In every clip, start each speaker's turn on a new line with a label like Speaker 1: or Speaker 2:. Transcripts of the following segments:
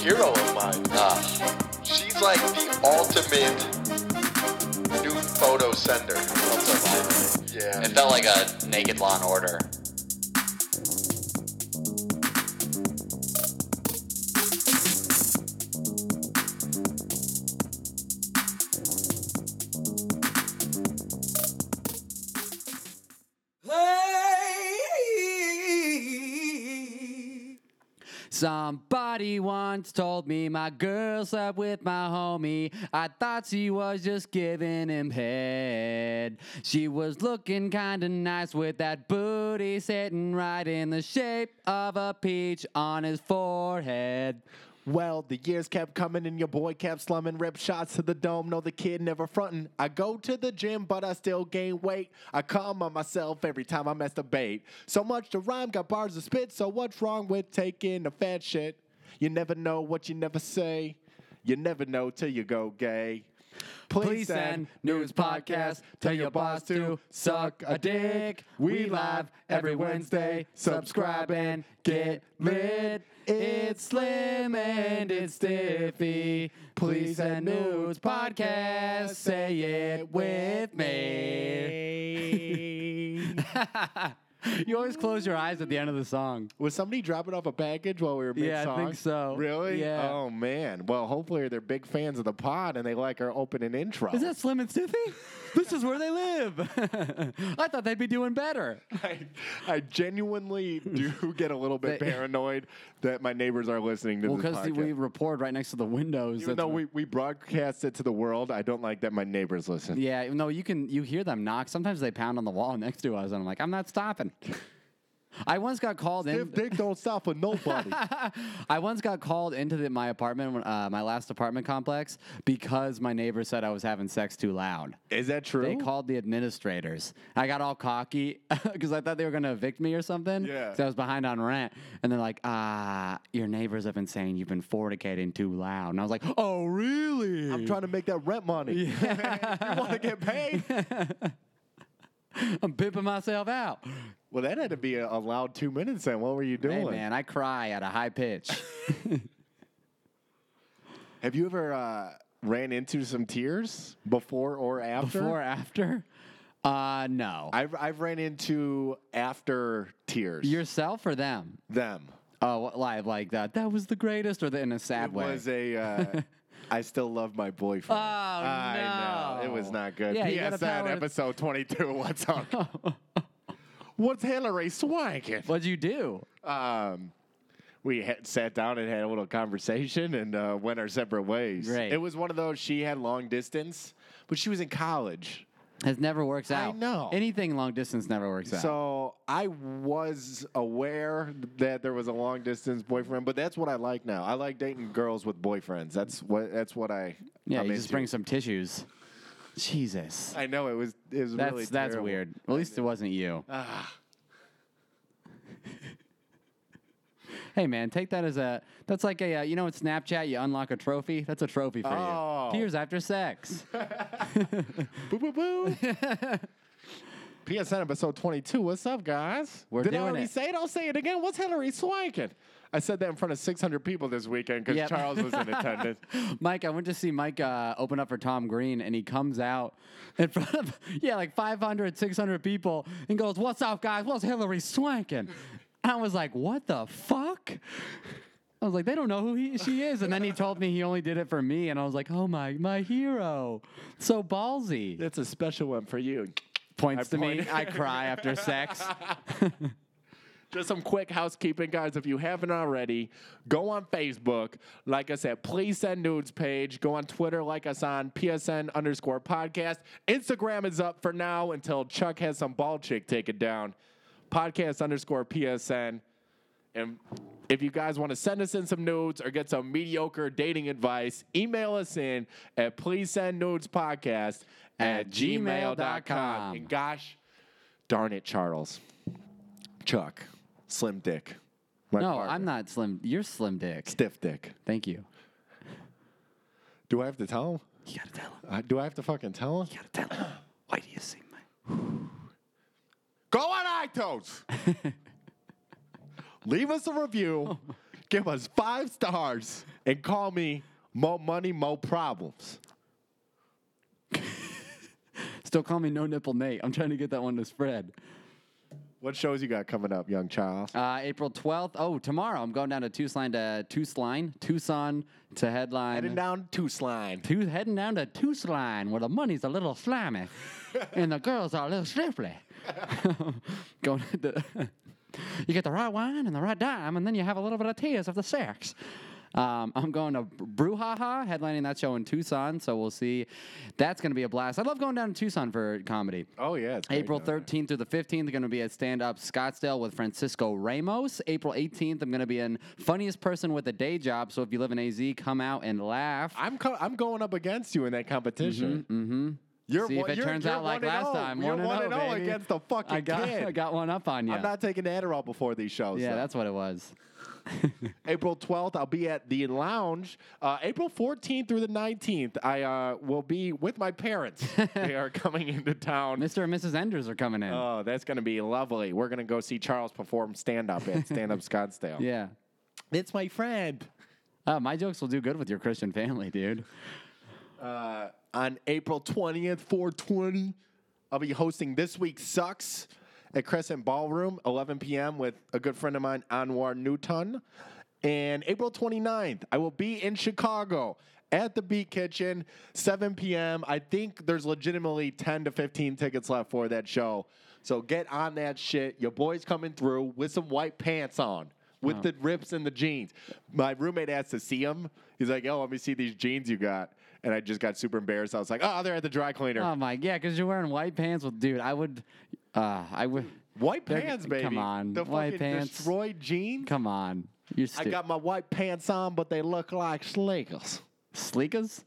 Speaker 1: hero of mine.
Speaker 2: Ah,
Speaker 1: She's like the ultimate nude photo sender.
Speaker 2: That's so
Speaker 1: Yeah.
Speaker 2: fine. It felt like a naked Law and Order.
Speaker 3: Play.
Speaker 4: Somebody once told me my girl slept with my homie. I thought she was just giving him head. She was looking kinda nice with that booty sitting right in the shape of a peach on his forehead.
Speaker 5: Well, the years kept coming and your boy kept slumming. Rip shots to the dome. No, the kid never frontin'. I go to the gym, but I still gain weight. I come on myself every time I masturbate. So much to rhyme, got bars to spit. So what's wrong with taking the fat shit? You never know what you never say. You never know till you go gay. Please,
Speaker 4: Please send news podcast. Tell your boss to suck a dick. We live every Wednesday. Subscribe and get lit. It's slim and it's stiffy. Please send news podcast. Say it with me. you always close your eyes at the end of the song.
Speaker 5: Was somebody dropping off a package while we were mid
Speaker 4: Yeah, I
Speaker 5: song?
Speaker 4: think so.
Speaker 5: Really?
Speaker 4: Yeah.
Speaker 5: Oh man. Well, hopefully they're big fans of the pod and they like our opening intro.
Speaker 4: Is that Slim and Stiffy? this is where they live. I thought they'd be doing better.
Speaker 5: I, I genuinely do get a little bit
Speaker 4: They-
Speaker 5: paranoid that my neighbors are listening to
Speaker 4: Well,
Speaker 5: this
Speaker 4: because
Speaker 5: podcast.
Speaker 4: we record right next to the windows.
Speaker 5: Even
Speaker 4: that's
Speaker 5: though
Speaker 4: why-
Speaker 5: we, we broadcast it to the world, I don't like that my neighbors listen.
Speaker 4: Yeah, no, you can you hear them knock. Sometimes they pound on the wall next to us, and I'm like, I'm not stopping. I once got called in.
Speaker 5: If they don't stop for nobody,
Speaker 4: I once got called into the, my apartment, when- uh, my last apartment complex, because my neighbor said I was having sex too loud.
Speaker 5: is that true?
Speaker 4: They called the administrators. I got all cocky because I thought they were going to evict me or something.
Speaker 5: Yeah.
Speaker 4: 'cause I was behind on rent. And they're like, ah, your neighbors have been saying you've been fornicating too loud. And I was like, oh, really?
Speaker 5: I'm trying to make that rent money. you want to get paid?
Speaker 4: I'm pimping myself out.
Speaker 5: Well, that had to be a, a loud two minutes then. What were you doing?
Speaker 4: Hey, man, I cry at a high pitch.
Speaker 5: Have you ever uh, ran into some tears before or after?
Speaker 4: Before, after? Uh, no.
Speaker 5: I've, I've ran into after tears.
Speaker 4: Yourself or them?
Speaker 5: them.
Speaker 4: Oh, live like that. That was the greatest, or the, in a sad
Speaker 5: It
Speaker 4: way.
Speaker 5: was a. Uh, I still love my boyfriend.
Speaker 4: Oh,
Speaker 5: I know it
Speaker 4: no.
Speaker 5: was not good.
Speaker 4: Yeah, you gotta
Speaker 5: PSN
Speaker 4: power-
Speaker 5: episode twenty two. What's up? What's Hillary swanking?
Speaker 4: What'd you do?
Speaker 5: Um, we had, sat down and had a little conversation and uh, went our separate ways.
Speaker 4: Right.
Speaker 5: It was one of those. She had long distance, but she was in college.
Speaker 4: It never works
Speaker 5: I
Speaker 4: out.
Speaker 5: know.
Speaker 4: Anything long distance never works out.
Speaker 5: So I was aware that there was a long distance boyfriend, but that's what I like now. I like dating girls with boyfriends. That's what that's what I
Speaker 4: Yeah,
Speaker 5: I'm
Speaker 4: you just
Speaker 5: into.
Speaker 4: bring some tissues. Jesus.
Speaker 5: I know it was it was
Speaker 4: That's
Speaker 5: really
Speaker 4: that's
Speaker 5: terrible. Ah.
Speaker 4: weird. At least it wasn't you. hey man, take that as a that's like a uh, you know in Snapchat you unlock a trophy. That's a trophy for
Speaker 5: Oh.
Speaker 4: you. Tears after sex.
Speaker 5: Boo boo boo. PSN episode 22. What's up, guys?
Speaker 4: We're
Speaker 5: Did I
Speaker 4: doing
Speaker 5: already
Speaker 4: it.
Speaker 5: say it? I'll say it again. What's Hillary swanking? I said that in front of 600 people this weekend because
Speaker 4: Yep.
Speaker 5: Charles was in attendance.
Speaker 4: Mike, I went to see Mike uh, open up for Tom Green, and he comes out in front of, yeah, like 500, 600 people and goes, What's up, guys? What's Hillary swanking? And I was like, What the fuck? I was like, They don't know who he, she is. And then he told me he only did it for me, and I was like, Oh my, my hero. So ballsy.
Speaker 5: That's a special one for you.
Speaker 4: Points
Speaker 5: I
Speaker 4: to me.
Speaker 5: point.
Speaker 4: I cry after sex.
Speaker 5: Just some quick housekeeping, guys. If you haven't already, go on Facebook. Like I said, please send nudes page. Go on Twitter, like us on PSN underscore podcast. Instagram is up for now until Chuck has some ball chick take it down. Podcast underscore PSN. And if you guys want to send us in some nudes or get some mediocre dating advice, email us in at please send nudes podcast at
Speaker 4: At gmail.com.
Speaker 5: gmail.com. And gosh darn it, Charles. Chuck, slim dick. My
Speaker 4: No,
Speaker 5: partner.
Speaker 4: I'm not slim. You're slim dick.
Speaker 5: Stiff dick.
Speaker 4: Thank you.
Speaker 5: Do I have to tell him?
Speaker 4: You gotta tell him.
Speaker 5: Uh, do I have to fucking tell him?
Speaker 4: You gotta tell him. Why do you see my. Oh.
Speaker 5: Go on iTunes. Leave us a review. give us five stars, and call me Mo Money Mo Problems.
Speaker 4: Still call me No Nipple Nate. I'm trying to get that one to spread.
Speaker 5: What shows you got coming up, young child?
Speaker 4: Uh, April 12th. Oh, tomorrow I'm going down to Tucson to Tucson, Tucson to headline.
Speaker 5: Heading down to slime.
Speaker 4: Tu- heading down to Tucson where the money's a little slimy and the girls are a little slippery. Going to, you get the right wine and the right dime, and then you have a little bit of tears of the sex. Um, I'm going to Brouhaha, headlining that show in Tucson, so we'll see. That's going to be a blast. I love going down to Tucson for comedy.
Speaker 5: Oh yeah, it's great
Speaker 4: April
Speaker 5: down there.
Speaker 4: 13th through the 15th, going to be at Stand Up Scottsdale with Francisco Ramos. April 18th, I'm going to be in Funniest Person with a Day Job. So if you live in AZ, come out and laugh.
Speaker 5: I'm co- I'm going up against you in that competition. Mm-hmm. You're
Speaker 4: See if
Speaker 5: one-
Speaker 4: it
Speaker 5: you're-
Speaker 4: turns
Speaker 5: you're
Speaker 4: out like
Speaker 5: one and
Speaker 4: last
Speaker 5: oh.
Speaker 4: time.
Speaker 5: You're
Speaker 4: One and
Speaker 5: one
Speaker 4: oh,
Speaker 5: and oh
Speaker 4: baby.
Speaker 5: against the fucking
Speaker 4: I got,
Speaker 5: kid.
Speaker 4: I got one up on you.
Speaker 5: I'm not taking Adderall before these shows.
Speaker 4: yeah,
Speaker 5: though.
Speaker 4: that's what it was.
Speaker 5: April 12th, I'll be at the Lounge. Uh, April 14th through the 19th, I uh, will be with my parents. they are coming into town.
Speaker 4: Mr. and Mrs. Enders are coming in.
Speaker 5: Oh, that's going to be lovely. We're going to go see Charles perform stand up at Stand Up Scottsdale.
Speaker 4: yeah.
Speaker 5: It's my friend.
Speaker 4: Uh, my jokes will do good with your Christian family, dude.
Speaker 5: Uh, on April 20th, 420, I'll be hosting This Week Sucks at Crescent Ballroom, 11 p.m., with a good friend of mine, Anwar Newton. And April 29th, I will be in Chicago at the Beat Kitchen, 7 p.m. I think there's legitimately 10 to 15 tickets left for that show. So get on that shit. Your boy's coming through with some white pants on with the rips and the jeans. My roommate asked to see him. He's like, "Oh, let me see these jeans you got." And I just got super embarrassed. I was like, "Oh, they're at the dry cleaner."
Speaker 4: Oh my, yeah, because you're wearing white pants with, dude. I would, uh, I would.
Speaker 5: white
Speaker 4: they're-
Speaker 5: pants,
Speaker 4: come
Speaker 5: baby.
Speaker 4: on,
Speaker 5: the
Speaker 4: white
Speaker 5: fucking
Speaker 4: pants.
Speaker 5: destroyed jeans.
Speaker 4: Come on, you're
Speaker 5: I
Speaker 4: stupid.
Speaker 5: got my white pants on, but they look like slickers.
Speaker 4: Sleekers?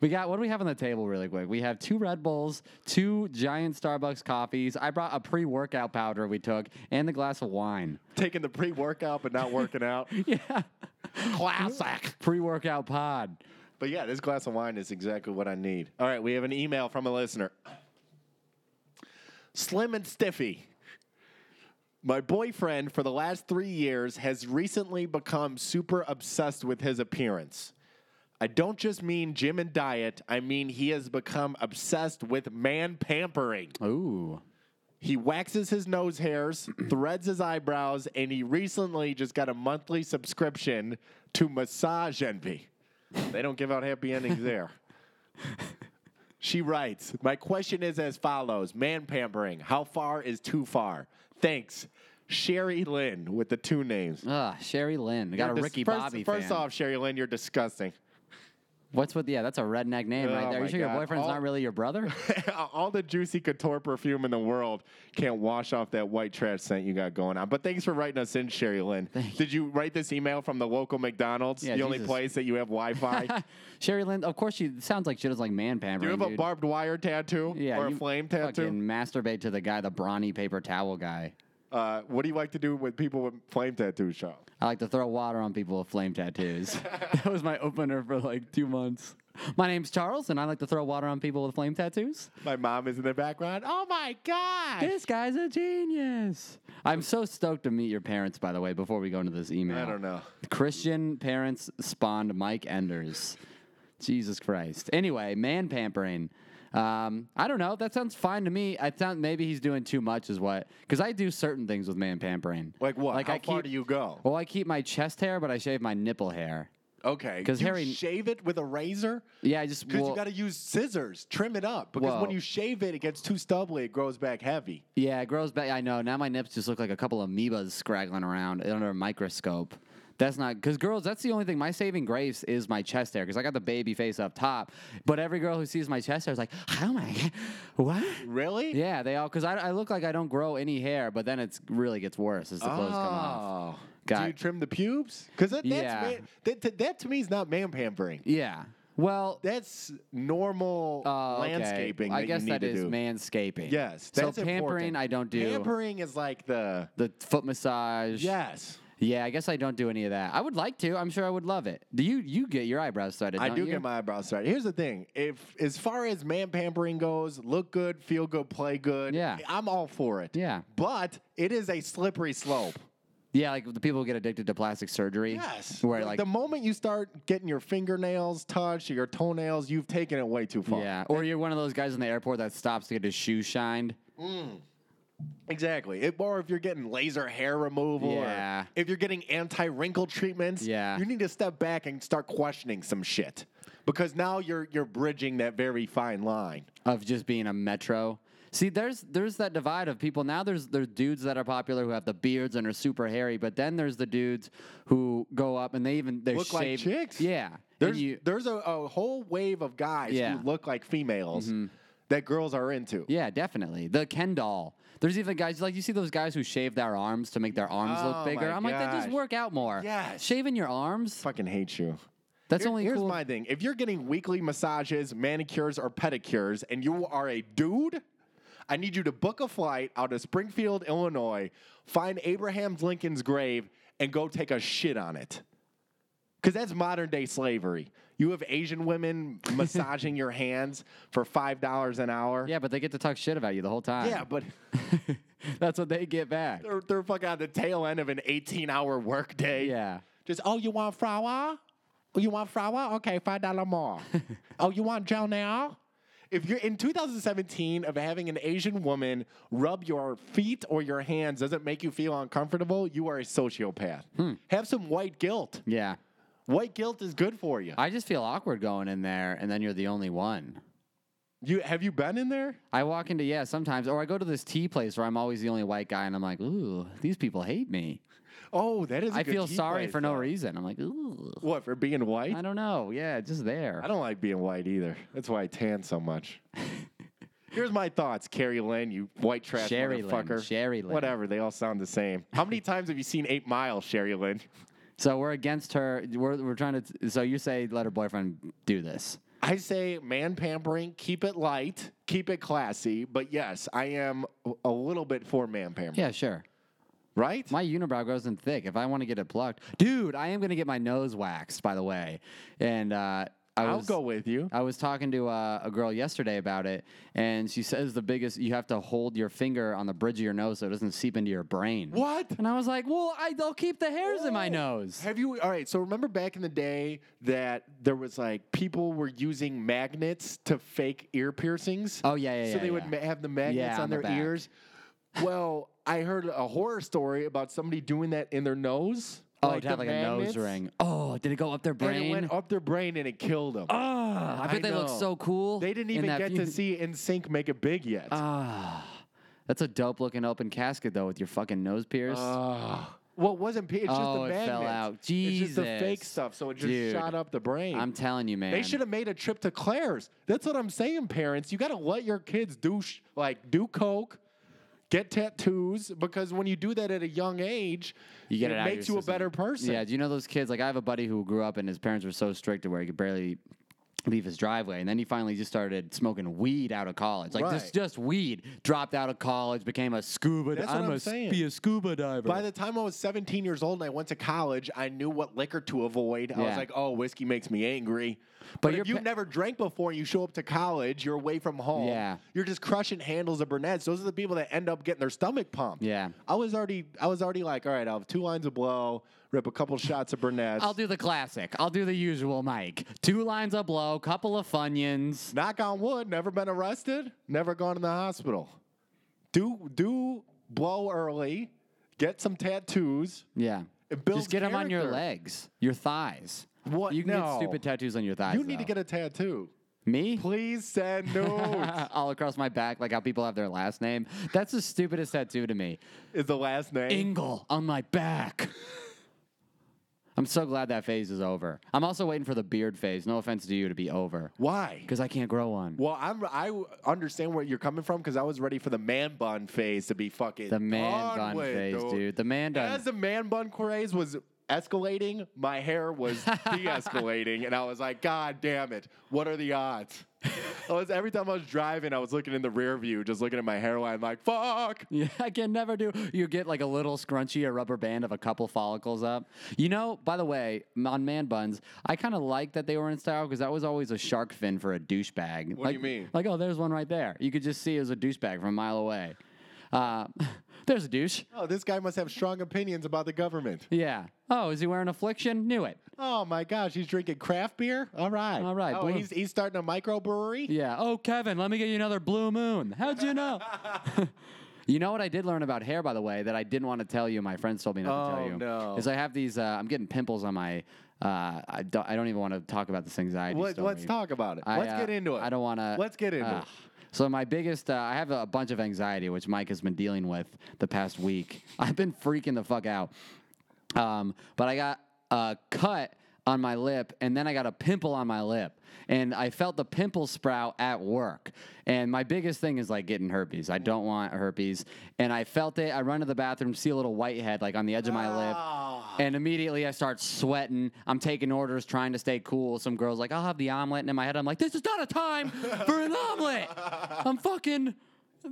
Speaker 4: We got what do we have on the table really quick? We have two Red Bulls, two giant Starbucks coffees. I brought a pre-workout powder we took and a glass of wine.
Speaker 5: Taking the pre-workout but not working out.
Speaker 4: Yeah.
Speaker 5: Classic.
Speaker 4: Pre-workout pod.
Speaker 5: But yeah, this glass of wine is exactly what I need. All right, we have an email from a listener. Slim and Stiffy. My boyfriend for the last three years has recently become super obsessed with his appearance. I don't just mean gym and diet, I mean he has become obsessed with man pampering.
Speaker 4: Ooh.
Speaker 5: He waxes his nose hairs, threads his eyebrows, and he recently just got a monthly subscription to Massage Envy. They don't give out happy endings there. She writes, My question is as follows Man pampering, how far is too far? Thanks. Sherry Lynn with the two names.
Speaker 4: Ugh, Sherry Lynn. We got a
Speaker 5: Dis-
Speaker 4: Ricky
Speaker 5: first,
Speaker 4: Bobby
Speaker 5: First
Speaker 4: fan.
Speaker 5: off, Sherry Lynn, you're disgusting.
Speaker 4: What's with yeah, that's a redneck name right
Speaker 5: Oh
Speaker 4: there.
Speaker 5: my
Speaker 4: You sure your
Speaker 5: God.
Speaker 4: boyfriend's
Speaker 5: All-
Speaker 4: not really your brother?
Speaker 5: all the juicy couture perfume in the world can't wash off that white trash scent you got going on. But thanks for writing us in, Sherry Lynn. Did you write this email from the local McDonald's,
Speaker 4: Yeah,
Speaker 5: the only
Speaker 4: Jesus.
Speaker 5: place that you have Wi Fi? Do
Speaker 4: Sherry Lynn, of course she sounds like she does like man pampering.
Speaker 5: you have a
Speaker 4: dude.
Speaker 5: barbed wire tattoo
Speaker 4: yeah,
Speaker 5: or a
Speaker 4: you
Speaker 5: flame tattoo?
Speaker 4: Fucking masturbate to the guy, the brawny paper towel guy.
Speaker 5: Uh, what do you like to do with people with flame tattoos, Sean?
Speaker 4: I like to throw water on people with flame tattoos. that was my opener for like two months. My name's Charles, and I like to throw water on people with flame tattoos.
Speaker 5: My mom is in the background. Oh my God.
Speaker 4: This guy's a genius. I'm so stoked to meet your parents, by the way, before we go into this email.
Speaker 5: I don't know.
Speaker 4: Christian parents spawned Mike Enders. Jesus Christ. Anyway, man pampering. Um, I don't know. That sounds fine to me. I sound maybe he's doing too much, is what? Because I do certain things with man pampering.
Speaker 5: Like what?
Speaker 4: Like
Speaker 5: how
Speaker 4: I
Speaker 5: far
Speaker 4: keep-
Speaker 5: do you go?
Speaker 4: Well, I keep my chest hair, but I shave my nipple hair.
Speaker 5: Okay.
Speaker 4: Oh, 'Cause
Speaker 5: you
Speaker 4: Harry-
Speaker 5: shave it with a razor?
Speaker 4: Yeah, I just
Speaker 5: Because
Speaker 4: well,
Speaker 5: you got to use scissors, trim it up. Because
Speaker 4: Well-
Speaker 5: when you shave it, it gets too stubbly. It grows back heavy.
Speaker 4: yeah, it grows back. I know now my nips just look like a couple amoebas scraggling around under a microscope. That's not because girls. That's the only thing. My saving grace is my chest hair because I got the baby face up top. But every girl who sees my chest hair is like, "Oh my, God, what?"
Speaker 5: Really?
Speaker 4: Yeah, they all because I, I look like I don't grow any hair, but then it's really gets worse as the clothes come off.
Speaker 5: Oh.
Speaker 4: Got-
Speaker 5: Do you trim the pubes? Because that, that's
Speaker 4: Yeah.
Speaker 5: man- that, that, that to me is not man pampering.
Speaker 4: Yeah. Well,
Speaker 5: That's normal
Speaker 4: uh, okay.
Speaker 5: landscaping.
Speaker 4: I
Speaker 5: that
Speaker 4: guess
Speaker 5: you need
Speaker 4: that
Speaker 5: to
Speaker 4: is
Speaker 5: do.
Speaker 4: manscaping.
Speaker 5: Yes.
Speaker 4: So
Speaker 5: that's
Speaker 4: pampering,
Speaker 5: important.
Speaker 4: I don't do.
Speaker 5: Pampering is like the
Speaker 4: the foot massage.
Speaker 5: yes.
Speaker 4: Yeah, I guess I don't do any of that. I would like to. I'm sure I would love it. Do you? You get your eyebrows started?
Speaker 5: I
Speaker 4: don't
Speaker 5: do
Speaker 4: you?
Speaker 5: get my eyebrows started. Here's the thing: if as far as man pampering goes, look good, feel good, play good.
Speaker 4: Yeah.
Speaker 5: I'm all for it.
Speaker 4: Yeah.
Speaker 5: But it is a slippery slope.
Speaker 4: Yeah, like the people who get addicted to plastic surgery.
Speaker 5: Yes.
Speaker 4: Where like,
Speaker 5: the moment you start getting your fingernails touched or your toenails, you've taken it way too far.
Speaker 4: yeah, or you're one of those guys in the airport that stops to get his shoe shined.
Speaker 5: Exactly. It, or if you're getting laser hair removal,
Speaker 4: Yeah.
Speaker 5: or if you're getting anti wrinkle treatments,
Speaker 4: Yeah.
Speaker 5: you need to step back and start questioning some shit because now you're you're bridging that very fine line.
Speaker 4: of just being a metro. See, there's there's that divide of people now. There's there's dudes that are popular who have the beards and are super hairy, but then there's the dudes who go up and they even they
Speaker 5: Look like
Speaker 4: shave,
Speaker 5: chicks.
Speaker 4: Yeah, and
Speaker 5: There's
Speaker 4: you-
Speaker 5: there's a, a whole wave of guys
Speaker 4: Yeah. Mm-hmm.
Speaker 5: who look like females that girls are into.
Speaker 4: yeah, definitely the Ken doll. There's even guys like you see those guys who shave their arms to make their arms
Speaker 5: Oh
Speaker 4: look bigger.
Speaker 5: my
Speaker 4: I'm like, that just
Speaker 5: gosh.
Speaker 4: work out more.
Speaker 5: Yes.
Speaker 4: shaving your arms.
Speaker 5: Fucking hate you.
Speaker 4: That's
Speaker 5: Here-
Speaker 4: only
Speaker 5: here's
Speaker 4: cool.
Speaker 5: my thing. If you're getting weekly massages, manicures, or pedicures, and you are a dude, I need you to book a flight out of Springfield, Illinois, find Abraham Lincoln's grave, and go take a shit on it. Because that's modern day slavery. You have Asian women massaging your hands for $5 an hour.
Speaker 4: yeah, but they get to talk shit about you the whole time.
Speaker 5: Yeah, but
Speaker 4: that's what they get back.
Speaker 5: they're, they're fucking on the tail end of an 18 hour workday.
Speaker 4: Yeah.
Speaker 5: Just oh, you want flour? Oh, you want flour? Okay, five dollar more. oh, you want gel now? If you're in 2017 of having an Asian woman rub your feet or your hands doesn't make you feel uncomfortable, you are a sociopath.
Speaker 4: Hmm.
Speaker 5: Have some white guilt.
Speaker 4: Yeah.
Speaker 5: White guilt is good for you.
Speaker 4: I just feel awkward going in there, and then you're the only one.
Speaker 5: you have you been in there?
Speaker 4: I walk into yeah sometimes, or I go to this tea place where I'm always the only white guy, and I'm like, ooh, these people hate me.
Speaker 5: Oh, that is. I
Speaker 4: I feel sorry for no reason. I'm like, ooh,
Speaker 5: What for being white?
Speaker 4: I don't know. Yeah, it's just there.
Speaker 5: I don't like being white either. That's why I tan so much. Here's my thoughts, Carrie Lynn, you white trash
Speaker 4: Sherry Lynn,
Speaker 5: motherfucker.
Speaker 4: Sherry Lynn.
Speaker 5: Whatever, they all sound the same. How many times have you seen Eight Mile, Sherry Lynn?
Speaker 4: so we're against her. We're we're trying to. T- so you say let her boyfriend do this.
Speaker 5: I say man pampering, keep it light, keep it classy. But yes, I am a little bit for man pampering.
Speaker 4: Yeah, sure.
Speaker 5: Right?
Speaker 4: My unibrow grows in thick. If I want to get it plucked, dude, I am gonna get my nose waxed. By the way, and uh, I
Speaker 5: I'll
Speaker 4: was,
Speaker 5: go with you.
Speaker 4: I was talking to uh, a girl yesterday about it, and she says the biggest you have to hold your finger on the bridge of your nose so it doesn't seep into your brain.
Speaker 5: What?
Speaker 4: And I was like, well, I, I'll keep the hairs in my
Speaker 5: Oh.
Speaker 4: nose.
Speaker 5: Have you? All right. So remember back in the day that there was like people were using magnets to fake ear piercings.
Speaker 4: Oh, yeah, yeah,
Speaker 5: So
Speaker 4: yeah,
Speaker 5: they would
Speaker 4: yeah.
Speaker 5: ma- have the magnets
Speaker 4: Yeah,
Speaker 5: on
Speaker 4: on the
Speaker 5: their
Speaker 4: back.
Speaker 5: ears. Well, I heard a horror story about somebody doing that in their nose.
Speaker 4: Oh, to have
Speaker 5: the
Speaker 4: like a nose
Speaker 5: magnets,
Speaker 4: ring. Oh, did it go up their
Speaker 5: And
Speaker 4: brain?
Speaker 5: it went up their brain and it killed them.
Speaker 4: Ah, I bet they look
Speaker 5: know.
Speaker 4: so cool.
Speaker 5: they didn't
Speaker 4: in
Speaker 5: even
Speaker 4: that
Speaker 5: get
Speaker 4: view.
Speaker 5: to see NSYNC make it big yet.
Speaker 4: Ah, that's a dope looking open casket though, with your fucking nose pierced.
Speaker 5: Ah. well, it wasn't. Pe- it's just
Speaker 4: Oh,
Speaker 5: the
Speaker 4: it fell
Speaker 5: magnets.
Speaker 4: out.
Speaker 5: It's just the fake
Speaker 4: Jesus.
Speaker 5: stuff. So it just
Speaker 4: Dude.
Speaker 5: shot up the brain.
Speaker 4: I'm telling you, man.
Speaker 5: They should have made a trip to Claire's. That's what I'm saying, parents. You got to let your kids do sh- like do coke, get tattoos, because when you do that at a young age,
Speaker 4: You get it,
Speaker 5: it,
Speaker 4: out of
Speaker 5: makes
Speaker 4: your
Speaker 5: you a
Speaker 4: system.
Speaker 5: better person.
Speaker 4: Yeah, do you know those kids? Like I have a buddy who grew up and his parents were so strict to where he could barely leave his driveway, and then he finally just started smoking weed out of college. Like
Speaker 5: Right.
Speaker 4: just just weed. Dropped out of college, became a scuba.
Speaker 5: That's what
Speaker 4: I'm
Speaker 5: I'm
Speaker 4: a,
Speaker 5: saying.
Speaker 4: Be a scuba diver.
Speaker 5: By the time I was 17 years old and I went to college, I knew what liquor to avoid. I was
Speaker 4: Yeah.
Speaker 5: like, oh, whiskey makes me angry. But,
Speaker 4: your
Speaker 5: if you've
Speaker 4: pa-
Speaker 5: never drank before and you show up to college, you're away from home.
Speaker 4: Yeah.
Speaker 5: You're just crushing handles of brunettes. Those are the people that end up getting their stomach pumped.
Speaker 4: Yeah.
Speaker 5: I was already I was already like, all right, I'll have two lines of blow, rip a couple shots of brunettes.
Speaker 4: I'll do the classic. I'll do the usual, Mike. Two lines of blow, couple of funyuns.
Speaker 5: knock on wood, never been arrested, never gone to the hospital. Do do blow early, get some tattoos.
Speaker 4: Yeah.
Speaker 5: It builds
Speaker 4: Just get them on your
Speaker 5: character.
Speaker 4: legs, your thighs.
Speaker 5: What?
Speaker 4: You can
Speaker 5: No.
Speaker 4: get stupid tattoos on your thighs.
Speaker 5: You need to
Speaker 4: though.
Speaker 5: get a tattoo.
Speaker 4: me.
Speaker 5: Please send nudes.
Speaker 4: uh, All across my back, like how people have their last name. That's the stupidest tattoo to me.
Speaker 5: is the last name.
Speaker 4: Ingle on my back. I'm so glad that phase is over. I'm also waiting for the beard phase. No offense to you to be over,
Speaker 5: Why?
Speaker 4: because I can't grow one.
Speaker 5: Well, I'm, I w- understand where you're coming from because I was ready for the man bun phase to be fucking
Speaker 4: The man
Speaker 5: done
Speaker 4: bun
Speaker 5: with,
Speaker 4: phase, dude. The man done.
Speaker 5: As the man bun craze was escalating, my hair was de-escalating, and I was like, God damn it! What are the odds? I was every time I was driving, I was looking in the rear view, just looking at my hairline, like fuck.
Speaker 4: Yeah, I can never do. You get like a little scrunchy, a rubber band of a couple follicles up. You know, by the way, m- on man buns, I kind of like that they were in style because that was always a shark fin for a douchebag.
Speaker 5: What do you
Speaker 4: Like-
Speaker 5: mean?
Speaker 4: Like, oh, there's one right there. You could just see it was a douchebag from a mile away. Uh, there's a douche.
Speaker 5: Oh, this guy must have strong opinions about the government.
Speaker 4: Yeah. Oh, is he wearing affliction? Knew it.
Speaker 5: Oh my gosh, he's drinking craft beer. All right,
Speaker 4: All right,
Speaker 5: Oh,
Speaker 4: blue.
Speaker 5: he's he's starting a microbrewery.
Speaker 4: Yeah. Oh, Kevin, let me get you another blue moon. How'd you know? you know what I did learn about hair, by the way, that I didn't want to tell you. My friends told me not to
Speaker 5: Oh,
Speaker 4: tell you.
Speaker 5: no.
Speaker 4: Is I have these. Uh, I'm getting pimples on my. Uh, I don't. I don't even want to talk about this anxiety.
Speaker 5: Let,
Speaker 4: story.
Speaker 5: let's talk about it.
Speaker 4: I,
Speaker 5: let's
Speaker 4: uh,
Speaker 5: get into it.
Speaker 4: I don't want to.
Speaker 5: Let's get into it.
Speaker 4: So my biggest, uh, I have a bunch of anxiety, which Mike has been dealing with the past week. I've been freaking the fuck out. Um, but I got a cut on my lip, and then I got a pimple on my lip, and I felt the pimple sprout at work. And my biggest thing is like getting herpes. I don't want herpes, and I felt it. I run to the bathroom, see a little white head like on the edge of my
Speaker 5: Ah,
Speaker 4: lip, and immediately I start sweating. I'm taking orders, trying to stay cool. Some girls like, I'll have the omelet, and in my head, I'm like, this is not a time for an omelet. I'm fucking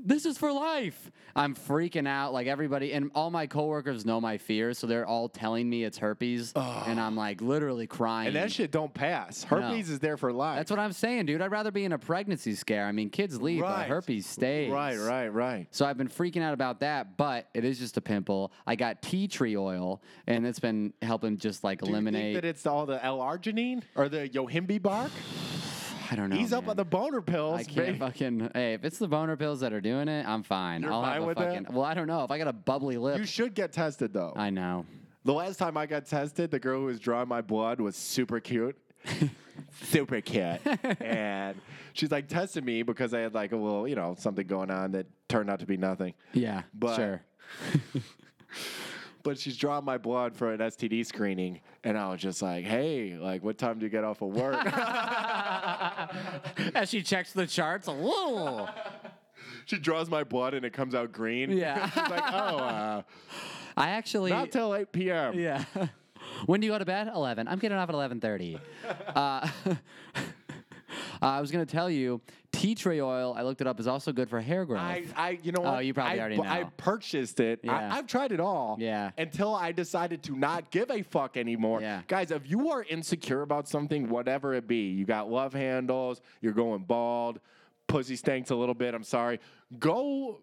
Speaker 4: this is for life. I'm freaking out. Like everybody and all my coworkers know my fears, so they're all telling me it's herpes, and I'm like literally crying.
Speaker 5: And that shit don't pass. Herpes is there for life.
Speaker 4: That's what I'm saying, dude. I'd rather be in a pregnancy scare. I mean, kids leave,
Speaker 5: Right.
Speaker 4: but herpes stays.
Speaker 5: Right, right, right.
Speaker 4: So I've been freaking out about that, but it is just a pimple. I got tea tree oil, and it's been helping just like
Speaker 5: Do You
Speaker 4: eliminate.
Speaker 5: think that it's all the L-arginine or the yohimbe bark?
Speaker 4: I don't know.
Speaker 5: he's up
Speaker 4: man.
Speaker 5: on the boner pills.
Speaker 4: I can't
Speaker 5: baby.
Speaker 4: fucking. Hey, if it's the boner pills that are doing it, I'm fine.
Speaker 5: You're
Speaker 4: I'll
Speaker 5: fine
Speaker 4: have a
Speaker 5: with that?
Speaker 4: fucking. Well, I don't know if I got a bubbly lip.
Speaker 5: You should get tested though.
Speaker 4: I know.
Speaker 5: the last time I got tested, the girl who was drawing my blood was super cute. super cute. and she's like testing me because I had like a little, you know, something going on that turned out to be nothing.
Speaker 4: Yeah,
Speaker 5: But-
Speaker 4: sure.
Speaker 5: But she's drawing my blood for an STD screening. And I was just like, hey, like, what time do you get off of work?
Speaker 4: As she checks the charts, whoa.
Speaker 5: she draws my blood and it comes out green.
Speaker 4: Yeah.
Speaker 5: she's like, oh, uh,
Speaker 4: I actually.
Speaker 5: not till 8 p.m.
Speaker 4: yeah. when do you go to bed? Eleven. I'm getting off at eleven thirty. uh, I was gonna tell you, tea tree oil. I looked it up is also good for hair growth.
Speaker 5: I, I, you know
Speaker 4: Oh,
Speaker 5: what?
Speaker 4: you probably
Speaker 5: I,
Speaker 4: already
Speaker 5: bu-
Speaker 4: know.
Speaker 5: I purchased it.
Speaker 4: Yeah.
Speaker 5: I, I've tried it all.
Speaker 4: Yeah.
Speaker 5: Until I decided to not give a fuck anymore.
Speaker 4: Yeah.
Speaker 5: Guys, if you are insecure about something, whatever it be, you got love handles, you're going bald, pussy stinks a little bit. I'm sorry. Go.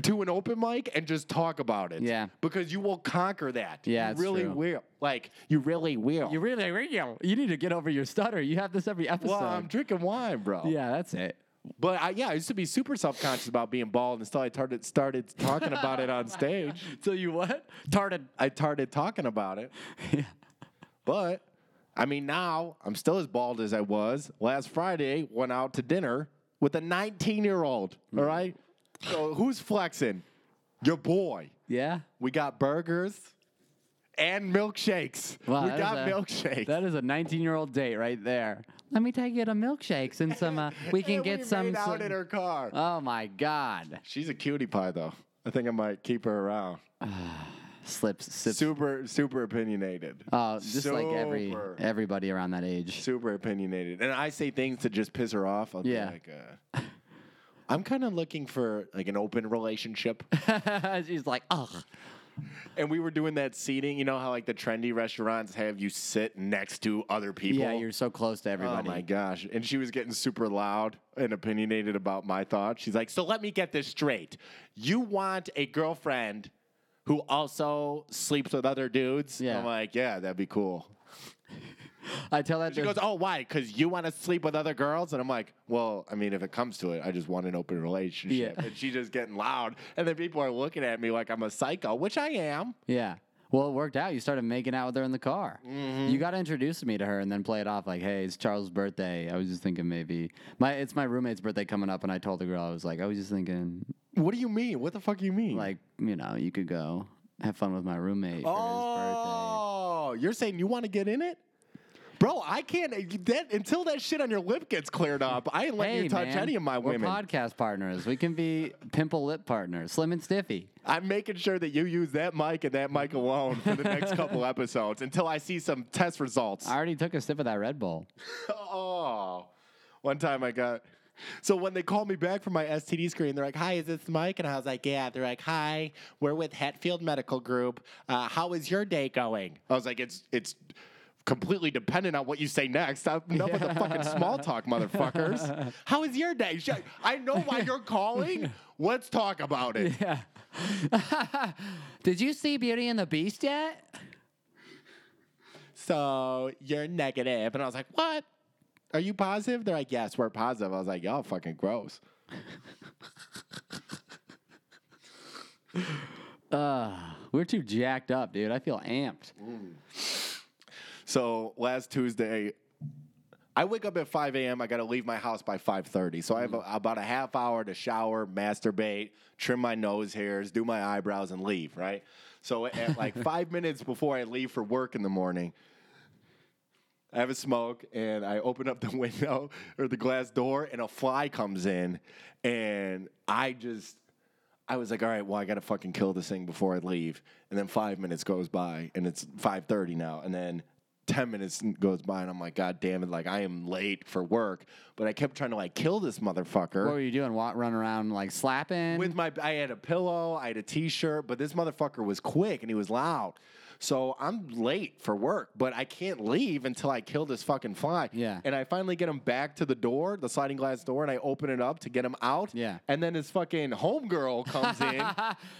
Speaker 5: Do an open mic and just talk about it.
Speaker 4: Yeah.
Speaker 5: Because you will conquer that.
Speaker 4: Yeah,
Speaker 5: You
Speaker 4: it's
Speaker 5: really
Speaker 4: true.
Speaker 5: will. Like, you really will.
Speaker 4: you really, you need to get over your stutter. You have this every episode.
Speaker 5: well, I'm drinking wine, bro.
Speaker 4: yeah, that's it.
Speaker 5: But I, yeah, I used to be super self conscious about being bald until I started, started talking about it on stage.
Speaker 4: So you what? Tarted.
Speaker 5: I started talking about it. But I mean, now I'm still as bald as I was. Last Friday, went out to dinner with a 19 year old.
Speaker 4: Mm.
Speaker 5: All right. So who's flexing? Your boy.
Speaker 4: Yeah.
Speaker 5: We got burgers and milkshakes.
Speaker 4: Wow,
Speaker 5: we
Speaker 4: that is
Speaker 5: got
Speaker 4: a-
Speaker 5: milkshakes.
Speaker 4: That is a 19 year old date right there. Let me take you to milkshakes and some. Uh, we can
Speaker 5: And
Speaker 4: get
Speaker 5: we
Speaker 4: some.
Speaker 5: Made out
Speaker 4: some-
Speaker 5: in her car.
Speaker 4: Oh my God!
Speaker 5: She's a cutie pie, though. I think I might keep her around.
Speaker 4: Slips, sips.
Speaker 5: Super, super opinionated.
Speaker 4: Oh, just like every
Speaker 5: Super.
Speaker 4: everybody around that age.
Speaker 5: super opinionated, and I say things to just piss her off. I'll
Speaker 4: Yeah.
Speaker 5: be like, uh, I'm kind of looking for like an open relationship.
Speaker 4: She's like, ugh.
Speaker 5: and we were doing that seating. You know how like the trendy restaurants have you sit next to other people.
Speaker 4: Yeah, you're so close to
Speaker 5: Oh
Speaker 4: everybody.
Speaker 5: my gosh. And she was getting super loud and opinionated about my thoughts. She's like, So let me get this straight. You want a girlfriend who also sleeps with other dudes?
Speaker 4: Yeah.
Speaker 5: I'm like, Yeah, that'd be cool.
Speaker 4: I tell that.
Speaker 5: She
Speaker 4: to-
Speaker 5: goes, "Oh, why? Because you want to sleep with other girls?" And I'm like, "Well, I mean, if it comes to it, I just want an open relationship."
Speaker 4: Yeah.
Speaker 5: And she's just getting loud, and then people are looking at me like I'm a psycho, which I am.
Speaker 4: yeah. Well, it worked out. You started making out with her in the car.
Speaker 5: Mm-hmm.
Speaker 4: You got to introduce me to her and then play it off like, "Hey, it's Charles' birthday. I was just thinking maybe my it's my roommate's birthday coming up." And I told the girl I was like, "I was just thinking,
Speaker 5: What do you mean? What the fuck do you mean?
Speaker 4: like, you know, you could go have fun with my roommate for
Speaker 5: oh, you're saying you want to get in it? Bro, I can't uh, that until that shit on your lip gets cleared up. I ain't
Speaker 4: his birthday."
Speaker 5: letting you touch
Speaker 4: man,
Speaker 5: any of my
Speaker 4: we're
Speaker 5: women.
Speaker 4: podcast partners. We can be pimple lip partners, slim and stiffy.
Speaker 5: I'm making sure that you use that mic and that mic alone for the next couple episodes until I see some test results.
Speaker 4: I already took a sip of that Red Bull.
Speaker 5: Oh, one time I got. So when they called me back from my STD screen, they're like, "Hi, is this Mike?" And I was like, "Yeah." They're like, "Hi, we're with Hatfield Medical Group. Uh, how is your day going?" I was like, "It's it's completely dependent on what you say next. I'm enough with the fucking small talk, motherfuckers. how is your day? Sh- I know why you're calling. Let's talk about it.
Speaker 4: Yeah. Did you see Beauty and the Beast yet?
Speaker 5: So you're negative. And I was like, What? Are you positive? They're like, Yes, we're positive. I was like, Y'all fucking gross.
Speaker 4: We're too jacked up, dude. I feel amped.
Speaker 5: So last Tuesday, I wake up at 5 a.m. I got to leave my house by 5:30, so I have a, about a half hour to shower, masturbate, trim my nose hairs, do my eyebrows, and leave. Right. So at like five minutes before I leave for work in the morning, I have a smoke and I open up the window or the glass door, and a fly comes in, and I just I was like, all right, well, I gotta fucking kill this thing before I leave. And then five minutes goes by, and it's five thirty now, and then ten minutes goes by, and I'm like, god damn it, like I am late for work. But I kept trying to like kill this motherfucker.
Speaker 4: What were you doing? Walk, run around like slapping?
Speaker 5: With my, I had a pillow, I had a T-shirt, but this motherfucker was quick and he was loud. So I'm late for work, but I can't leave until I kill this fucking fly.
Speaker 4: Yeah.
Speaker 5: And I finally get him back to the door, the sliding glass door, and I open it up to get him out.
Speaker 4: Yeah.
Speaker 5: And then his fucking homegirl comes in.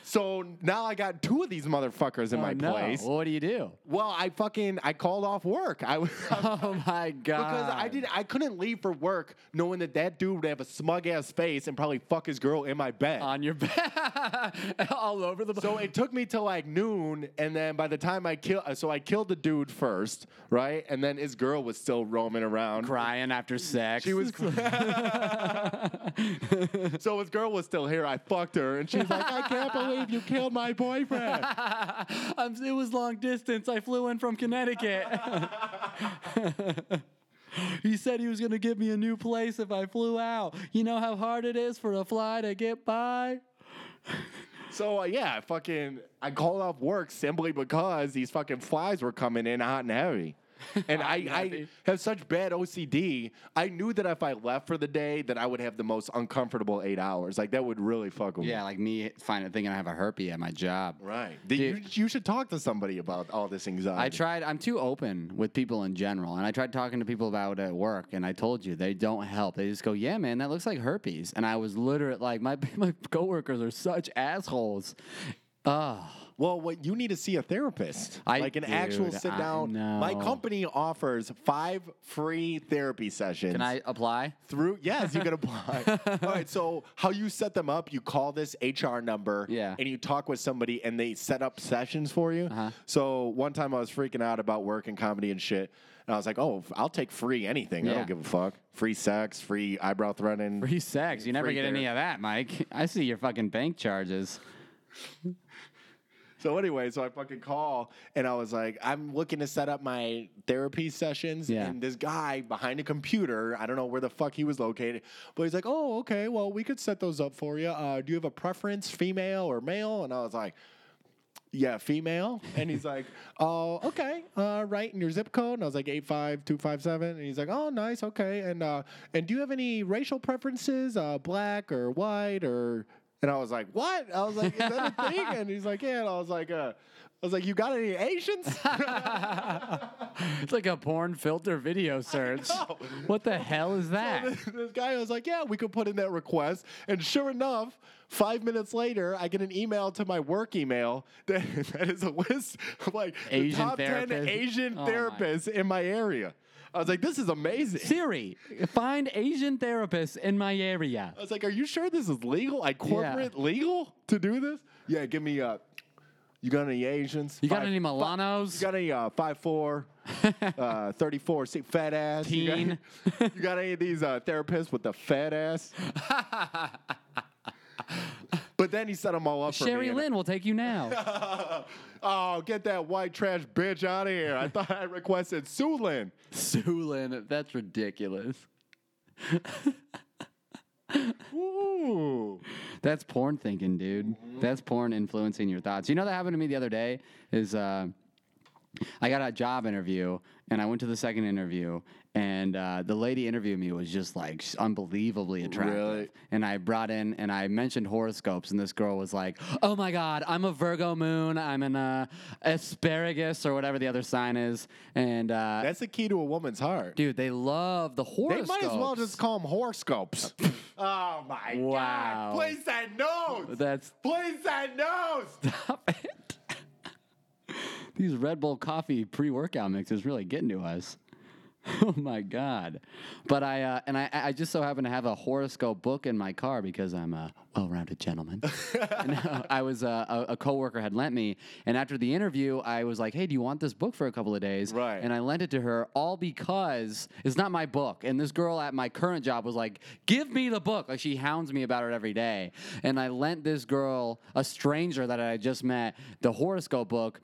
Speaker 5: So now I got two of these motherfuckers in
Speaker 4: Oh,
Speaker 5: my
Speaker 4: no.
Speaker 5: place.
Speaker 4: Well, what do you do?
Speaker 5: Well, I fucking I called off work. I was
Speaker 4: Oh my god!
Speaker 5: because I did I couldn't leave for work knowing that that dude would have a smug ass face and probably fuck his girl in my bed.
Speaker 4: on your back, all over the.
Speaker 5: So it took me till like noon, and then by the time I kill, uh, so I killed the dude first, right? And then his girl was still roaming around.
Speaker 4: crying after sex.
Speaker 5: She was. so his girl was still here. I fucked her, and she's like, "I can't believe you killed my boyfriend."
Speaker 4: I'm, it was long distance. I flew in from Connecticut. he said he was going to give me a new place if I flew out. You know how hard it is for a fly to get by?
Speaker 5: So uh, yeah, I fucking I called off work simply because these fucking flies were coming in hot and heavy. And I,
Speaker 4: and
Speaker 5: I
Speaker 4: heavy.
Speaker 5: have such bad OCD. I knew that if I left for the day, that I would have the most uncomfortable eight hours. Like that would really fuck with me.
Speaker 4: Yeah, like me finding thinking I have a herpes at my job.
Speaker 5: Right.
Speaker 4: Dude.
Speaker 5: You, you should talk to somebody about all this anxiety.
Speaker 4: I tried. I'm too open with people in general, and I tried talking to people about it at work, and I told you they don't help. They just go, "Yeah, man, that looks like herpes," and I was literate. Like my my coworkers are such assholes. Ugh.
Speaker 5: Well, what you need to see a therapist,
Speaker 4: I-
Speaker 5: like an actual
Speaker 4: dude,
Speaker 5: sit
Speaker 4: I
Speaker 5: down. My
Speaker 4: know.
Speaker 5: company offers five free therapy sessions.
Speaker 4: Can I apply?
Speaker 5: Through yes, you can apply. All right, so how you set them up? You call this HR number,
Speaker 4: Yeah. Uh-huh.
Speaker 5: and you talk with somebody, and they set up sessions for you. So one time I was freaking out about work and comedy and shit, and I was like, "Oh, f- I'll take free anything. I
Speaker 4: Yeah.
Speaker 5: don't give a fuck. Free sex, free eyebrow threading,
Speaker 4: Free sex. You never
Speaker 5: Free
Speaker 4: get any of that, Mike. I see your fucking bank charges.
Speaker 5: So anyway, so I fucking call and I was like, I'm looking to set up my therapy sessions.
Speaker 4: Yeah.
Speaker 5: And this guy behind a computer, I don't know where the fuck he was located, but he's like, Oh, okay, well, we could set those up for you. Uh, do you have a preference, female or male? And I was like, yeah, female. And he's like, oh, okay, uh, right, and your zip code. And I was like, 85257. And he's like, oh, nice, okay. And uh, and do you have any racial preferences, uh, black or white or? And I was like, what? I was like, is that a thing? And he's like, yeah. And I was like, uh, I was like, you got any Asians?
Speaker 4: It's like a porn filter video search. What the hell is that?
Speaker 5: this guy was like, yeah, we could put in that request. And sure enough, five minutes later, I get an email to my work email that, that is a list of like the
Speaker 4: Asian
Speaker 5: top 10
Speaker 4: therapists.
Speaker 5: Asian
Speaker 4: Oh my.
Speaker 5: therapists in my area. I was like, this is amazing.
Speaker 4: Siri, find Asian therapists in my area.
Speaker 5: I was like, are you sure this is legal? Like corporate legal to do this? Yeah, give me uh You got any Asians?
Speaker 4: You got
Speaker 5: Five-
Speaker 4: any
Speaker 5: fi-
Speaker 4: Milanos?
Speaker 5: You got any uh, five four, uh, 34, see, fat ass? You got-
Speaker 4: Teen.
Speaker 5: You got, any of these uh, therapists with the fat ass? but then he set them all up for me.
Speaker 4: Sherry
Speaker 5: and-
Speaker 4: Lynn will take you now.
Speaker 5: Oh, get that white trash bitch out of here! I thought I requested Sue Lynn.
Speaker 4: Sue Lynn, that's ridiculous.
Speaker 5: Ooh.
Speaker 4: That's porn
Speaker 5: Mm-hmm.
Speaker 4: thinking, dude. That's porn influencing your thoughts. You know that happened to me the other day. Is uh, I got a job interview and I went to the second interview and uh, the lady interviewing me was just like s- unbelievably attractive.
Speaker 5: Really?
Speaker 4: And I brought in and I mentioned horoscopes and this girl was like, "Oh my god, I'm a Virgo moon. I'm an uh, asparagus or whatever the other sign is." And uh,
Speaker 5: That's the key to a woman's heart.
Speaker 4: dude, they love the
Speaker 5: they
Speaker 4: horoscopes.
Speaker 5: might as well just call them horoscopes. oh my
Speaker 4: Wow.
Speaker 5: god! Place that nose.
Speaker 4: That's
Speaker 5: Place that nose.
Speaker 4: Stop it. These Red Bull coffee pre-workout mixes really getting to us. Oh my god! But I uh, and I, I just so happen to have a horoscope book in my car because I'm a well-rounded gentleman. And, uh, I was uh, a, a coworker had lent me, and after the interview, I was like, "Hey, do you want this book for a couple of days?"
Speaker 5: Right.
Speaker 4: And I lent it to her all because it's not my book. And this girl at my current job was like, "Give me the book!" Like she hounds me about it every day. And I lent this girl, a stranger that I had just met, the horoscope book.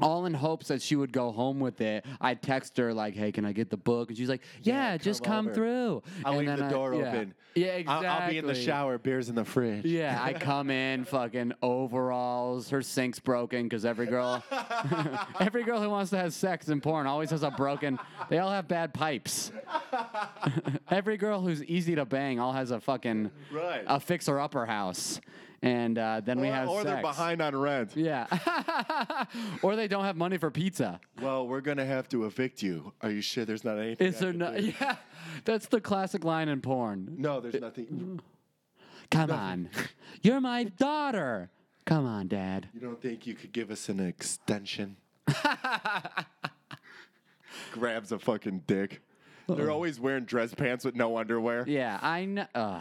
Speaker 4: All in hopes that she would go home with it. I text her like, "Hey, can I get the book?" And she's like, "Yeah,
Speaker 5: Yeah,
Speaker 4: just
Speaker 5: come
Speaker 4: come
Speaker 5: over.
Speaker 4: through."
Speaker 5: I'll
Speaker 4: And
Speaker 5: leave
Speaker 4: then
Speaker 5: the
Speaker 4: I-
Speaker 5: door
Speaker 4: yeah.
Speaker 5: open.
Speaker 4: Yeah,
Speaker 5: I'll-
Speaker 4: exactly.
Speaker 5: I'll, be in the shower. Beers in the fridge.
Speaker 4: Yeah, I come in fucking overalls. Her sink's broken because every girl, every girl who wants to have sex in porn always has a broken. They all have bad pipes. every girl who's easy to bang all has a fucking
Speaker 5: Right.
Speaker 4: a fixer upper house, and uh, then we
Speaker 5: Or,
Speaker 4: have
Speaker 5: or
Speaker 4: sex.
Speaker 5: they're behind on rent.
Speaker 4: Yeah, or they don't have money for pizza.
Speaker 5: Well, we're gonna have to evict you. Are you sure there's not anything?
Speaker 4: Is
Speaker 5: I
Speaker 4: there
Speaker 5: can
Speaker 4: no?
Speaker 5: do?
Speaker 4: Yeah, that's the classic line in porn.
Speaker 5: No, there's nothing.
Speaker 4: Come on, you're my daughter. Come on, dad.
Speaker 5: You don't think you could give us an extension? Grabs a fucking dick. They're always wearing dress pants with no underwear.
Speaker 4: Yeah, I know. Ugh.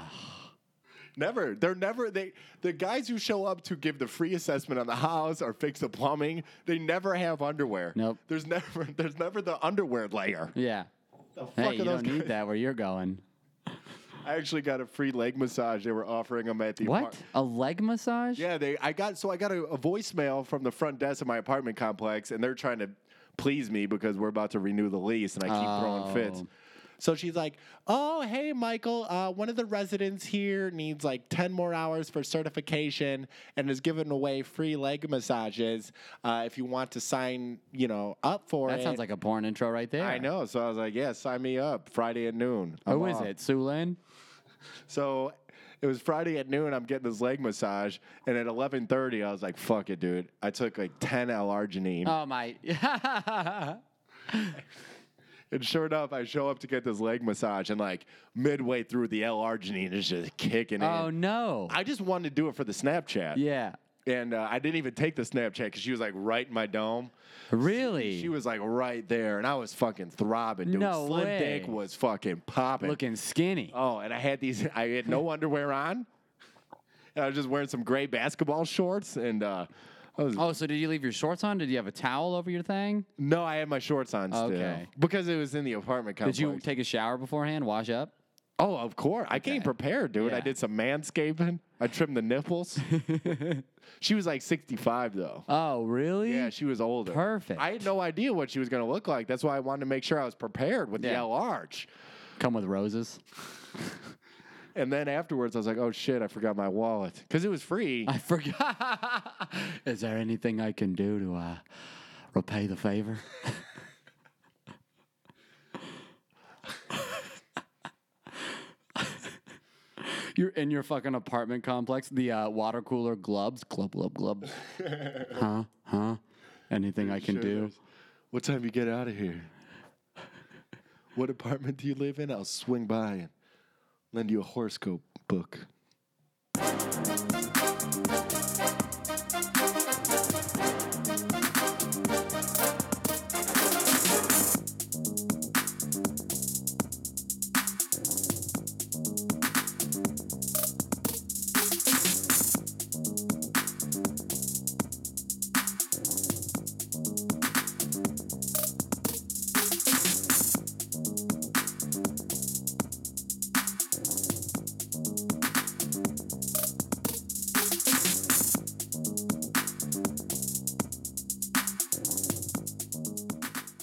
Speaker 5: Never. They're never they the guys who show up to give the free assessment on the house or fix the plumbing, they never have underwear.
Speaker 4: Nope.
Speaker 5: There's never there's never the underwear layer.
Speaker 4: Yeah.
Speaker 5: The fuck
Speaker 4: Hey,
Speaker 5: are
Speaker 4: you
Speaker 5: those
Speaker 4: don't need
Speaker 5: guys?
Speaker 4: that where you're going.
Speaker 5: I actually got a free leg massage they were offering them at the
Speaker 4: What?
Speaker 5: apart-
Speaker 4: A leg massage?
Speaker 5: Yeah, they. I got so I got a, a voicemail from the front desk of my apartment complex, and they're trying to please me because we're about to renew the lease, and I keep throwing fits.
Speaker 4: Oh.
Speaker 5: So she's like, "Oh, hey, Michael. Uh, one of the residents here needs like ten more hours for certification, and is giving away free leg massages. Uh, if you want to sign, you know, up for
Speaker 4: That
Speaker 5: it."
Speaker 4: sounds like a porn intro right there.
Speaker 5: I know. So I was like, "Yeah, sign me up Friday at noon."
Speaker 4: Who
Speaker 5: I'm
Speaker 4: is
Speaker 5: off."
Speaker 4: it? Sue Lynn?
Speaker 5: So it was Friday at noon. I'm getting this leg massage, and at 11:30, I was like, "Fuck it, dude." I took like 10 L-arginine,
Speaker 4: Oh, my.
Speaker 5: and sure enough, I show up to get this leg massage, and like midway through, the L-arginine is just kicking
Speaker 4: oh,
Speaker 5: in.
Speaker 4: no.
Speaker 5: I just wanted to do it for the Snapchat,
Speaker 4: yeah.
Speaker 5: and uh, I didn't even take the Snapchat because she was like right in my dome.
Speaker 4: Really?
Speaker 5: She was like right there, and I was fucking throbbing, dude.
Speaker 4: No
Speaker 5: Slim
Speaker 4: way.
Speaker 5: Dick was fucking popping.
Speaker 4: looking skinny.
Speaker 5: Oh, and I had these. I had no underwear on, and I was just wearing some gray basketball shorts. And uh, I was
Speaker 4: Oh, so did you leave your shorts on? Did you have a towel over your thing?
Speaker 5: no, I had my shorts on still
Speaker 4: Okay.
Speaker 5: because it was in the apartment
Speaker 4: Did
Speaker 5: complex.
Speaker 4: you take a shower beforehand, wash up?
Speaker 5: oh, of course. I came prepared, dude. I
Speaker 4: Yeah.
Speaker 5: did some manscaping. I trimmed the nipples. she was like 65 though.
Speaker 4: Oh, really?
Speaker 5: Yeah, she was older.
Speaker 4: Perfect.
Speaker 5: I had no idea what she was going to look like. That's why I wanted to make sure I was prepared with the
Speaker 4: Yeah.
Speaker 5: L arch.
Speaker 4: Come with roses.
Speaker 5: And then afterwards, I was like, "Oh shit, I forgot my wallet because it was free."
Speaker 4: I forgot. Is there anything I can do to uh, repay the favor? You're in your fucking apartment complex. The uh, water cooler glubs, glub, glub, glub. huh? Huh? Anything I can
Speaker 5: Sure
Speaker 4: do?
Speaker 5: is. What time you get out of here? What apartment do you live in? I'll swing by and lend you a horoscope book.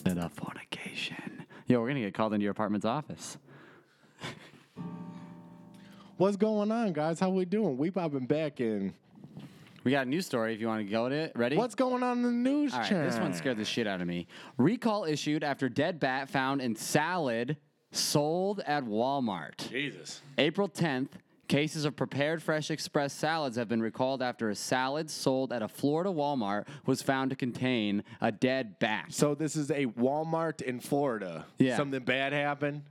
Speaker 4: Bit of fornication. Yo, we're gonna get called into your apartment's office.
Speaker 5: What's going on, guys? How we doing? We popping back in
Speaker 4: We got a news story if you want to go to it. Ready?
Speaker 5: What's going on in the news
Speaker 4: All right,
Speaker 5: channel?
Speaker 4: this one scared the shit out of me. Recall issued after dead bat found in salad sold at Walmart.
Speaker 5: Jesus.
Speaker 4: April 10th, cases of prepared fresh express salads have been recalled after a salad sold at a Florida Walmart was found to contain a dead bat.
Speaker 5: So this is a Walmart in Florida.
Speaker 4: Yeah.
Speaker 5: Something bad happened.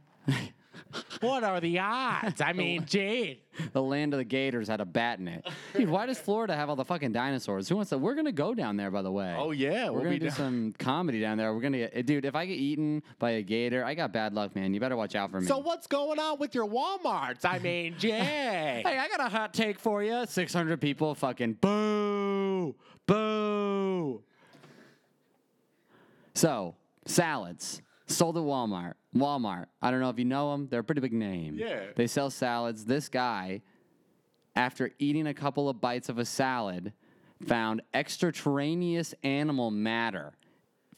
Speaker 5: what are the odds? I mean, Jade.
Speaker 4: the land of the gators had a bat in it. Dude, why does Florida have all the fucking dinosaurs? Who wants to? We're gonna go down there, by the way.
Speaker 5: Oh, yeah,
Speaker 4: we're
Speaker 5: we'll
Speaker 4: gonna
Speaker 5: be
Speaker 4: do
Speaker 5: down-
Speaker 4: some comedy down there. We're gonna get, eh, dude. If I get eaten by a gator, I got bad luck, man. You better watch out for me.
Speaker 5: So what's going on with your Walmarts? I mean, Jade.
Speaker 4: Hey, I got a hot take for you. 600 people fucking boo. Boo. So, salads. Sold at Walmart. Walmart. I don't know if you know them. They're a pretty big name.
Speaker 5: Yeah.
Speaker 4: They sell salads. This guy, after eating a couple of bites of a salad, found extraterraneous animal matter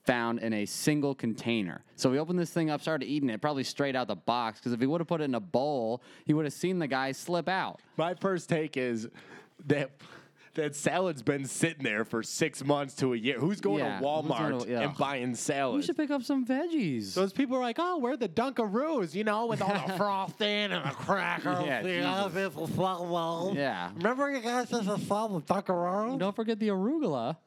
Speaker 4: found in a single container. So we opened this thing up, started eating it, probably straight out the box, because if he would have put it in a bowl, he would have seen the guy slip out.
Speaker 5: My first take is that that salad's been sitting there for six months to a year. Who's going
Speaker 4: Yeah,
Speaker 5: to
Speaker 4: who's going to-
Speaker 5: Walmart
Speaker 4: yeah.
Speaker 5: and buying
Speaker 4: We
Speaker 5: salad?
Speaker 4: should pick up some veggies.
Speaker 5: Those people are like, oh, we're the Dunkaroos, you know, with all the frosting and the crackers.
Speaker 4: Yeah,
Speaker 5: you know, people fucking love.
Speaker 4: yeah.
Speaker 5: Remember you guys just a song with Dunkaroos?
Speaker 4: Don't forget the arugula.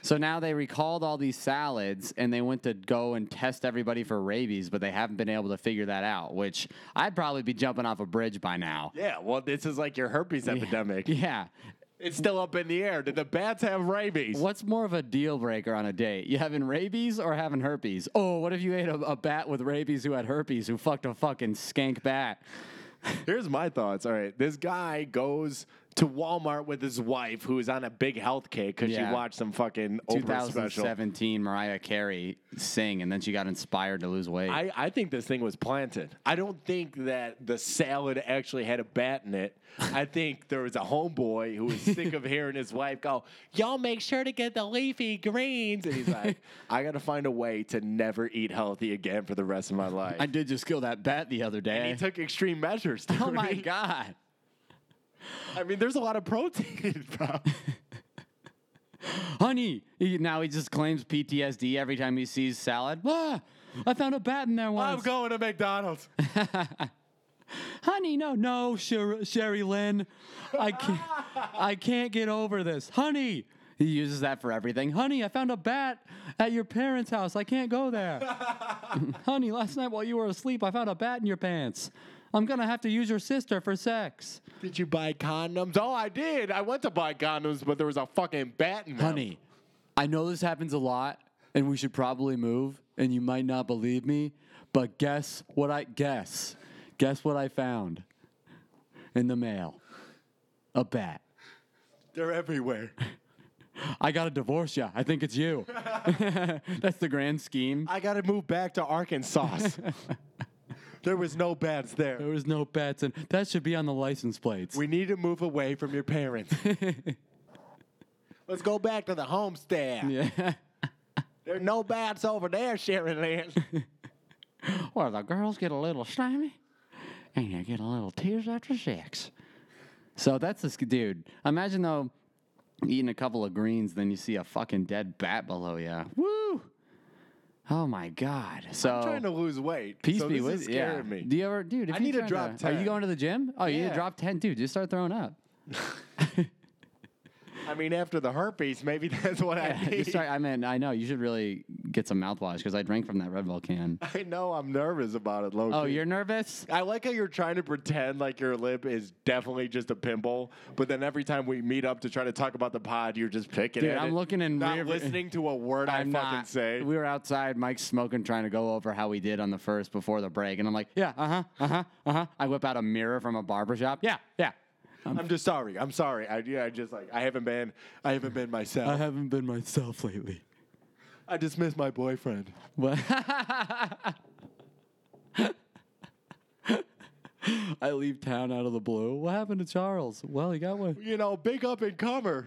Speaker 4: So now they recalled all these salads and they went to go and test everybody for rabies, but they haven't been able to figure that out, which I'd probably be jumping off a bridge by now.
Speaker 5: Yeah, well, this is like your herpes epidemic.
Speaker 4: Yeah.
Speaker 5: It's still up in the air. Did the bats have rabies?
Speaker 4: What's more of a deal breaker on a date? You having rabies or having herpes? Oh, what if you ate a, a bat with rabies who had herpes who fucked a fucking skank bat?
Speaker 5: Here's my thoughts. All right, this guy goes to Walmart with his wife, who is on a big health kick because
Speaker 4: Yeah.
Speaker 5: she watched some fucking Oprah special.
Speaker 4: 2017 Mariah Carey sing, and then she got inspired to lose weight.
Speaker 5: I, I think this thing was planted. I don't think that the salad actually had a bat in it. I think there was a homeboy who was sick of hearing his wife go, Y'all make sure to get the leafy greens. And he's like, I got to find a way to never eat healthy again for the rest of my life.
Speaker 4: I did just kill that bat the other
Speaker 5: and
Speaker 4: day.
Speaker 5: he took extreme measures.
Speaker 4: oh
Speaker 5: dude.
Speaker 4: my god!
Speaker 5: I mean, there's a lot of protein, bro.
Speaker 4: honey. He, now he just claims PTSD every time he sees salad. Ah, I found a bat in there
Speaker 5: I'm
Speaker 4: once.
Speaker 5: going to McDonald's.
Speaker 4: honey, no, no, Sher- Sherry Lynn, I can't, I can't get over this, honey. He uses that for everything. Honey, I found a bat at your parents' house. I can't go there. honey, last night while you were asleep, I found a bat in your pants. I'm gonna have to use your sister for sex.
Speaker 5: Did you buy condoms? Oh, I did. I went to buy condoms, but there was a fucking bat in them.
Speaker 4: Honey, I know this happens a lot, and we should probably move. And you might not believe me, but guess what I guess? Guess what I found in the mail? A bat.
Speaker 5: They're everywhere.
Speaker 4: I gotta divorce ya. I think it's you. That's the grand scheme.
Speaker 5: I got to move back to Arkansas. there was no bats
Speaker 4: There
Speaker 5: there.
Speaker 4: was no bats, and that should be on the license plates.
Speaker 5: We need to move away from your parents. Let's go back to the homestead.
Speaker 4: yeah.
Speaker 5: There are no bats over there, Sharon Lynn.
Speaker 4: Oh. Well, the girls get a little slimy, and they get a little tears after sex. So that's this dude. Imagine though, eating a couple of greens, then you see a fucking dead bat below you. Woo! Oh my god. So
Speaker 5: I'm trying to lose weight.
Speaker 4: peace
Speaker 5: so
Speaker 4: be
Speaker 5: this
Speaker 4: with
Speaker 5: is
Speaker 4: you. Yeah.
Speaker 5: scaring me.
Speaker 4: Do you ever, dude? If
Speaker 5: I
Speaker 4: you're
Speaker 5: need to
Speaker 4: trying
Speaker 5: drop
Speaker 4: Are you
Speaker 5: 10.
Speaker 4: going to the gym? Oh, you need to
Speaker 5: Yeah.
Speaker 4: drop ten, dude. Just start throwing up.
Speaker 5: I mean, after the herpes, maybe that's what I need.
Speaker 4: Just start, I mean, I know you should really get some mouthwash because I drank from that Red Bull can.
Speaker 5: I know I'm nervous about it, Loki.
Speaker 4: Oh, you're nervous?
Speaker 5: I like how you're trying to pretend like your lip is definitely just a pimple, but then every time we meet up to try to talk about the pod, you're just picking
Speaker 4: Dude,
Speaker 5: at
Speaker 4: I'm
Speaker 5: it,
Speaker 4: looking in
Speaker 5: not
Speaker 4: rear-
Speaker 5: listening to a word i
Speaker 4: I'm
Speaker 5: fucking
Speaker 4: not.
Speaker 5: say.
Speaker 4: We were outside, Mike's smoking, trying to go over how we did on the first before the break. And I'm like, yeah, uh huh, uh huh, uh huh. I whip out a mirror from a barber shop. Yeah, yeah.
Speaker 5: I'm just sorry. I'm sorry. I yeah, I just like I haven't been I haven't been myself. I,
Speaker 4: haven't been myself lately.
Speaker 5: just miss my boyfriend.
Speaker 4: But I leave town out of the blue. What happened to Charles? Well, he got one.
Speaker 5: You know, big up and comer.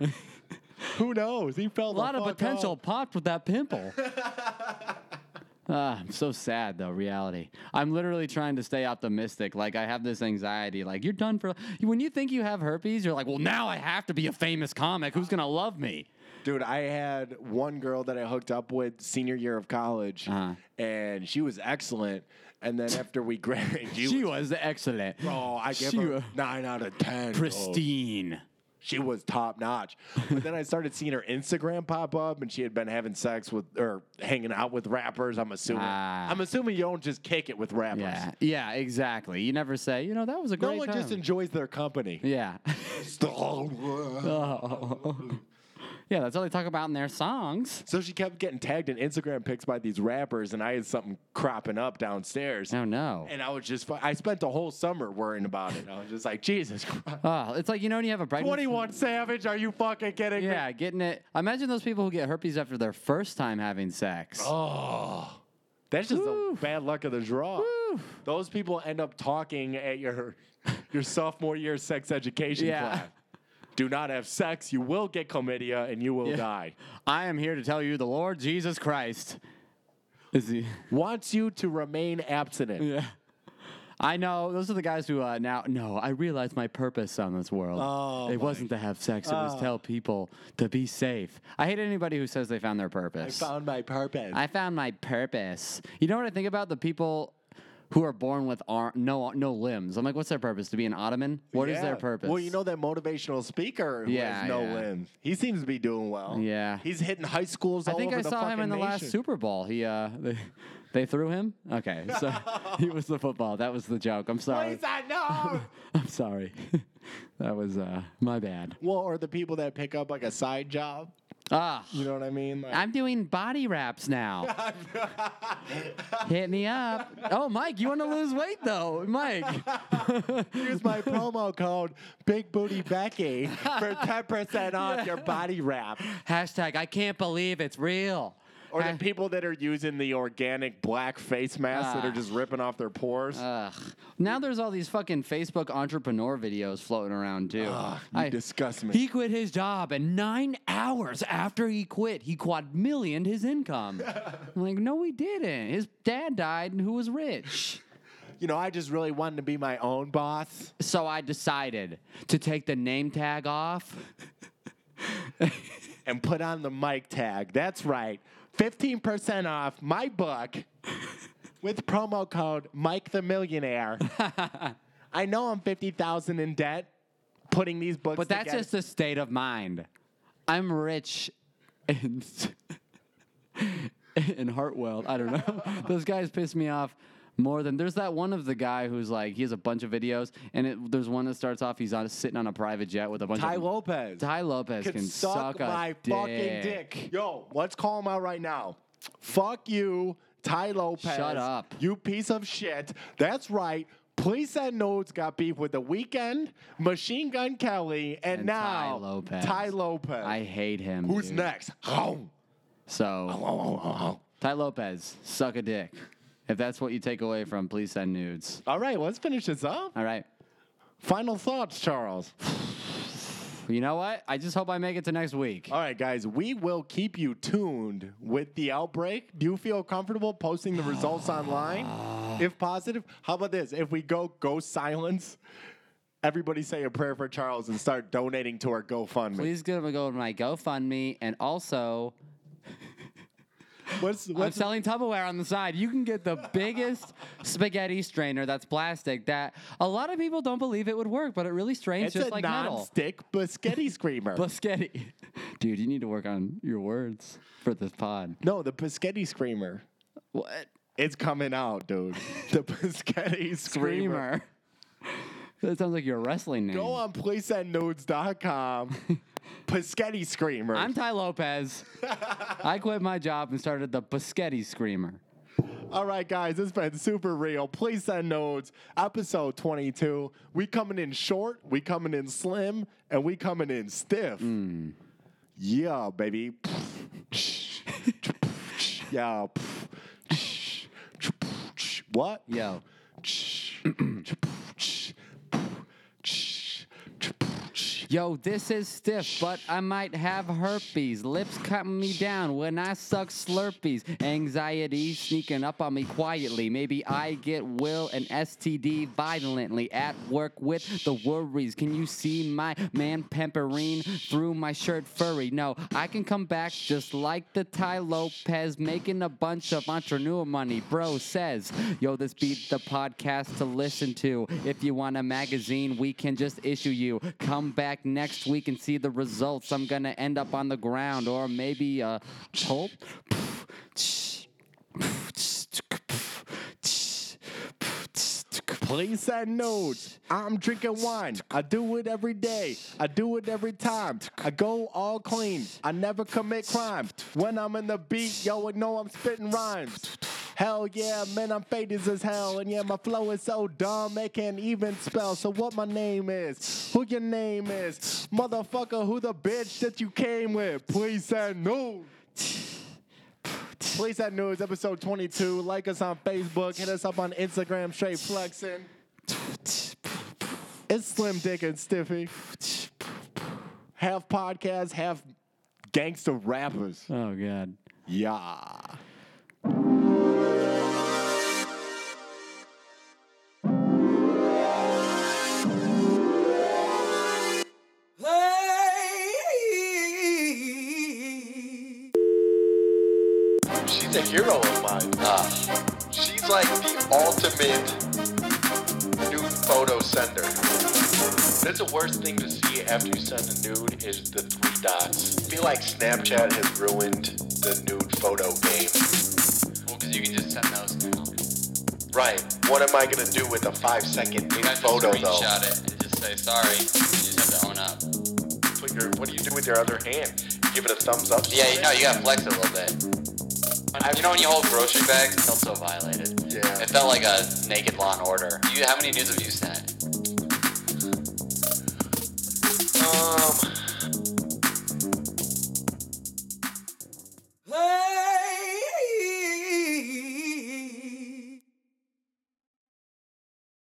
Speaker 5: Who knows? He fell
Speaker 4: A lot of potential popped with that pimple. Ah, I'm so sad though. Reality. I'm literally trying to stay optimistic. Like I have this anxiety. Like you're done for. When you think you have herpes, you're like, well, now I have to be a famous comic. Who's gonna love me?
Speaker 5: Dude, I had one girl that I hooked up with senior year of college,
Speaker 4: Uh-huh.
Speaker 5: and she was excellent. And then after we graduated, she,
Speaker 4: She
Speaker 5: was,
Speaker 4: was excellent.
Speaker 5: oh, I gave
Speaker 4: she
Speaker 5: her
Speaker 4: wa-
Speaker 5: nine out of ten. dog.
Speaker 4: pristine.
Speaker 5: she was top notch. But then I started seeing her Instagram pop up, and she had been having sex with or hanging out with rappers. I'm assuming.
Speaker 4: Ah.
Speaker 5: I'm assuming you don't just kick it with rappers.
Speaker 4: Yeah, yeah, exactly. You never say, you know, that was a
Speaker 5: No
Speaker 4: great
Speaker 5: one
Speaker 4: time.
Speaker 5: just enjoys their company.
Speaker 4: yeah. Oh. yeah, that's all they talk about in their songs.
Speaker 5: So she kept getting tagged in Instagram pics by these rappers, and I had something cropping up downstairs.
Speaker 4: Oh no.
Speaker 5: And I was just, fu- I spent the whole summer worrying about it. I was just like, Jesus Christ.
Speaker 4: Oh, it's like you know when you have a pregnancy.
Speaker 5: 21 Savage, are you fucking kidding me?
Speaker 4: Yeah, getting it. Imagine those people who get herpes after their first time having sex.
Speaker 5: Oh, that's just the
Speaker 4: Woo.
Speaker 5: bad luck of the draw.
Speaker 4: Woo.
Speaker 5: Those people end up talking at your your sophomore year sex education
Speaker 4: Yeah.
Speaker 5: class. Do not have sex. You will get chlamydia and you will
Speaker 4: Yeah.
Speaker 5: die.
Speaker 4: I am here to tell you, the Lord Jesus Christ is the.
Speaker 5: Wants you to remain abstinent.
Speaker 4: Yeah. I know. Those are the guys who uh, now. No, I realized my purpose on this world.
Speaker 5: Oh,
Speaker 4: it
Speaker 5: my- Ah.
Speaker 4: wasn't to have sex. It was tell people to be safe. I hate anybody who says they found their purpose.
Speaker 5: my purpose.
Speaker 4: I found my purpose. You know what I think about the people who are born with arm, no no limbs. I'm like, what's their purpose? To be an ottoman? What is their
Speaker 5: Yeah.
Speaker 4: purpose?
Speaker 5: Well, you know that motivational speaker who
Speaker 4: Yeah,
Speaker 5: has no
Speaker 4: yeah.
Speaker 5: limbs. He seems to be doing well.
Speaker 4: Yeah.
Speaker 5: He's hitting high schools
Speaker 4: I
Speaker 5: all
Speaker 4: think
Speaker 5: over
Speaker 4: I
Speaker 5: the
Speaker 4: saw him
Speaker 5: fucking
Speaker 4: in the last
Speaker 5: nation.
Speaker 4: Super Bowl. He uh, they, they threw him. Okay, so he was the football. That was the joke. I'm sorry.
Speaker 5: Please, I know.
Speaker 4: I'm sorry. that was uh, my bad.
Speaker 5: well, or the people that pick up like a side job.
Speaker 4: Ah,
Speaker 5: You know what I mean? Like,
Speaker 4: I'm doing body wraps now. Hit me up. Oh, Mike, you want to lose weight though, Mike?
Speaker 5: Use my promo code Big Booty Becky for ten percent off your body wrap.
Speaker 4: Hashtag I can't believe it's real.
Speaker 5: Or
Speaker 4: Ha-
Speaker 5: the people that are using the organic black face masks that are
Speaker 4: Ah.
Speaker 5: just ripping off their pores.
Speaker 4: Ugh. Now there's all these fucking Facebook entrepreneur videos floating around too.
Speaker 5: Ugh, you
Speaker 4: I-
Speaker 5: disgust me.
Speaker 4: He quit his job, and nine hours after he quit, he quadmillioned his income. I'm like, no, he didn't. His dad died, and who was rich.
Speaker 5: you know, I just really wanted to be my own boss.
Speaker 4: So I decided to take the name tag off.
Speaker 5: and put on the mic tag. That's right. 15% off my book with promo code Mike the Millionaire. I know I'm 50,000 in debt putting these books
Speaker 4: But that's
Speaker 5: together.
Speaker 4: just a state of mind. I'm rich and in Hartwell. I don't know. Those guys piss me off more than there's that one of the guy who's like he has a bunch of videos and it, there's one that starts off he's on sitting on a private jet with a bunch
Speaker 5: Ty
Speaker 4: of
Speaker 5: Lopez.
Speaker 4: Ty Lopez
Speaker 5: can,
Speaker 4: can,
Speaker 5: suck,
Speaker 4: a
Speaker 5: my
Speaker 4: dick.
Speaker 5: fucking dick. Yo, let's call him out right now. Fuck you, Ty Lopez.
Speaker 4: Shut up.
Speaker 5: You piece of shit. That's right. Police and Nodes got beef with The Weekend, Machine Gun Kelly, and,
Speaker 4: And
Speaker 5: now
Speaker 4: Ty Lopez.
Speaker 5: Ty Lopez.
Speaker 4: I hate him.
Speaker 5: Who's
Speaker 4: dude.
Speaker 5: next? Home.
Speaker 4: So
Speaker 5: All
Speaker 4: Ty Lopez, suck a dick. If that's what you take away from, please send nudes.
Speaker 5: right, let's finish this up.
Speaker 4: All right.
Speaker 5: Final thoughts, Charles.
Speaker 4: You know what? I just hope I make it to next week.
Speaker 5: All right, guys, we will keep you tuned with the outbreak. Do you feel comfortable posting the results online? If positive, how about this? If we go ghost silence, everybody say a prayer for Charles and start donating to our GoFundMe.
Speaker 4: Please give a go to my GoFundMe and also
Speaker 5: What's,
Speaker 4: I'm
Speaker 5: what's
Speaker 4: selling Tupperware on the side. You can get the biggest spaghetti strainer that's plastic that a lot of people don't believe it would work, but it really strains
Speaker 5: it's
Speaker 4: just
Speaker 5: a
Speaker 4: like metal.
Speaker 5: non-stick biscotti screamer.
Speaker 4: Biscotti. Dude, you need to work on your words for this pod.
Speaker 5: no, the biscotti screamer.
Speaker 4: What?
Speaker 5: It's coming out, dude. The biscotti
Speaker 4: Screamer.
Speaker 5: screamer.
Speaker 4: that sounds like your wrestling name.
Speaker 5: Go on placeatnodes.com. Paschetti Screamer.
Speaker 4: I'm Ty Lopez. I quit my job and started the Biscotti Screamer.
Speaker 5: All right, guys, it's been super real. Please send nodes, episode 22. We coming in short, we coming in slim, and we coming in stiff. Yeah, baby. yeah. what?
Speaker 4: Yo. Yo, this is stiff, but I might have herpes. Lips cutting me down when I suck Slurpees. Anxiety sneaking up on me quietly. Maybe I get will and STD violently. At work with the worries. Can you see my man pamperine through my shirt furry? No, I can come back just like the Ty Lopez making a bunch of entrepreneur money. Bro says, yo, this beat the podcast to listen to. If you want a magazine, we can just issue you. Come back next week and see the results. I'm gonna end up on the ground or maybe a pulp.
Speaker 5: Please send notes. I'm drinking wine. I do it every day. I do it every time. I go all clean. I never commit crime. When I'm in the beat, yo, I know I'm spitting rhymes. Hell yeah, man, I'm faded as hell. And yeah, my flow is so dumb, they can't even spell. So what my name is, who your name is, motherfucker, who the bitch that you came with. Please send news. Please send news, episode 22. Like us on Facebook, hit us up on Instagram, straight flexing. It's Slim Dick and Stiffy. Half podcast, half gangster rappers.
Speaker 4: Oh god.
Speaker 5: Yeah.
Speaker 3: Hey.
Speaker 1: She's a hero of mine.
Speaker 2: Ah,
Speaker 1: She's like the ultimate nude photo sender. That's the worst thing to see after you send a nude is the three dots. I feel like Snapchat has ruined the nude photo game.
Speaker 2: well, because you can just send those now.
Speaker 1: Right. What am I gonna do with a five second nude
Speaker 2: You have to
Speaker 1: photo though?
Speaker 2: screenshot it and just say sorry. You just have to own up.
Speaker 1: Put your, what do you do with your other hand? Give it a thumbs up.
Speaker 2: Yeah, you know, you gotta flex it a little bit. When, you know when you hold grocery bags, it felt so violated.
Speaker 1: Yeah.
Speaker 2: It felt like a naked Law and Order. You, how many news have you sent?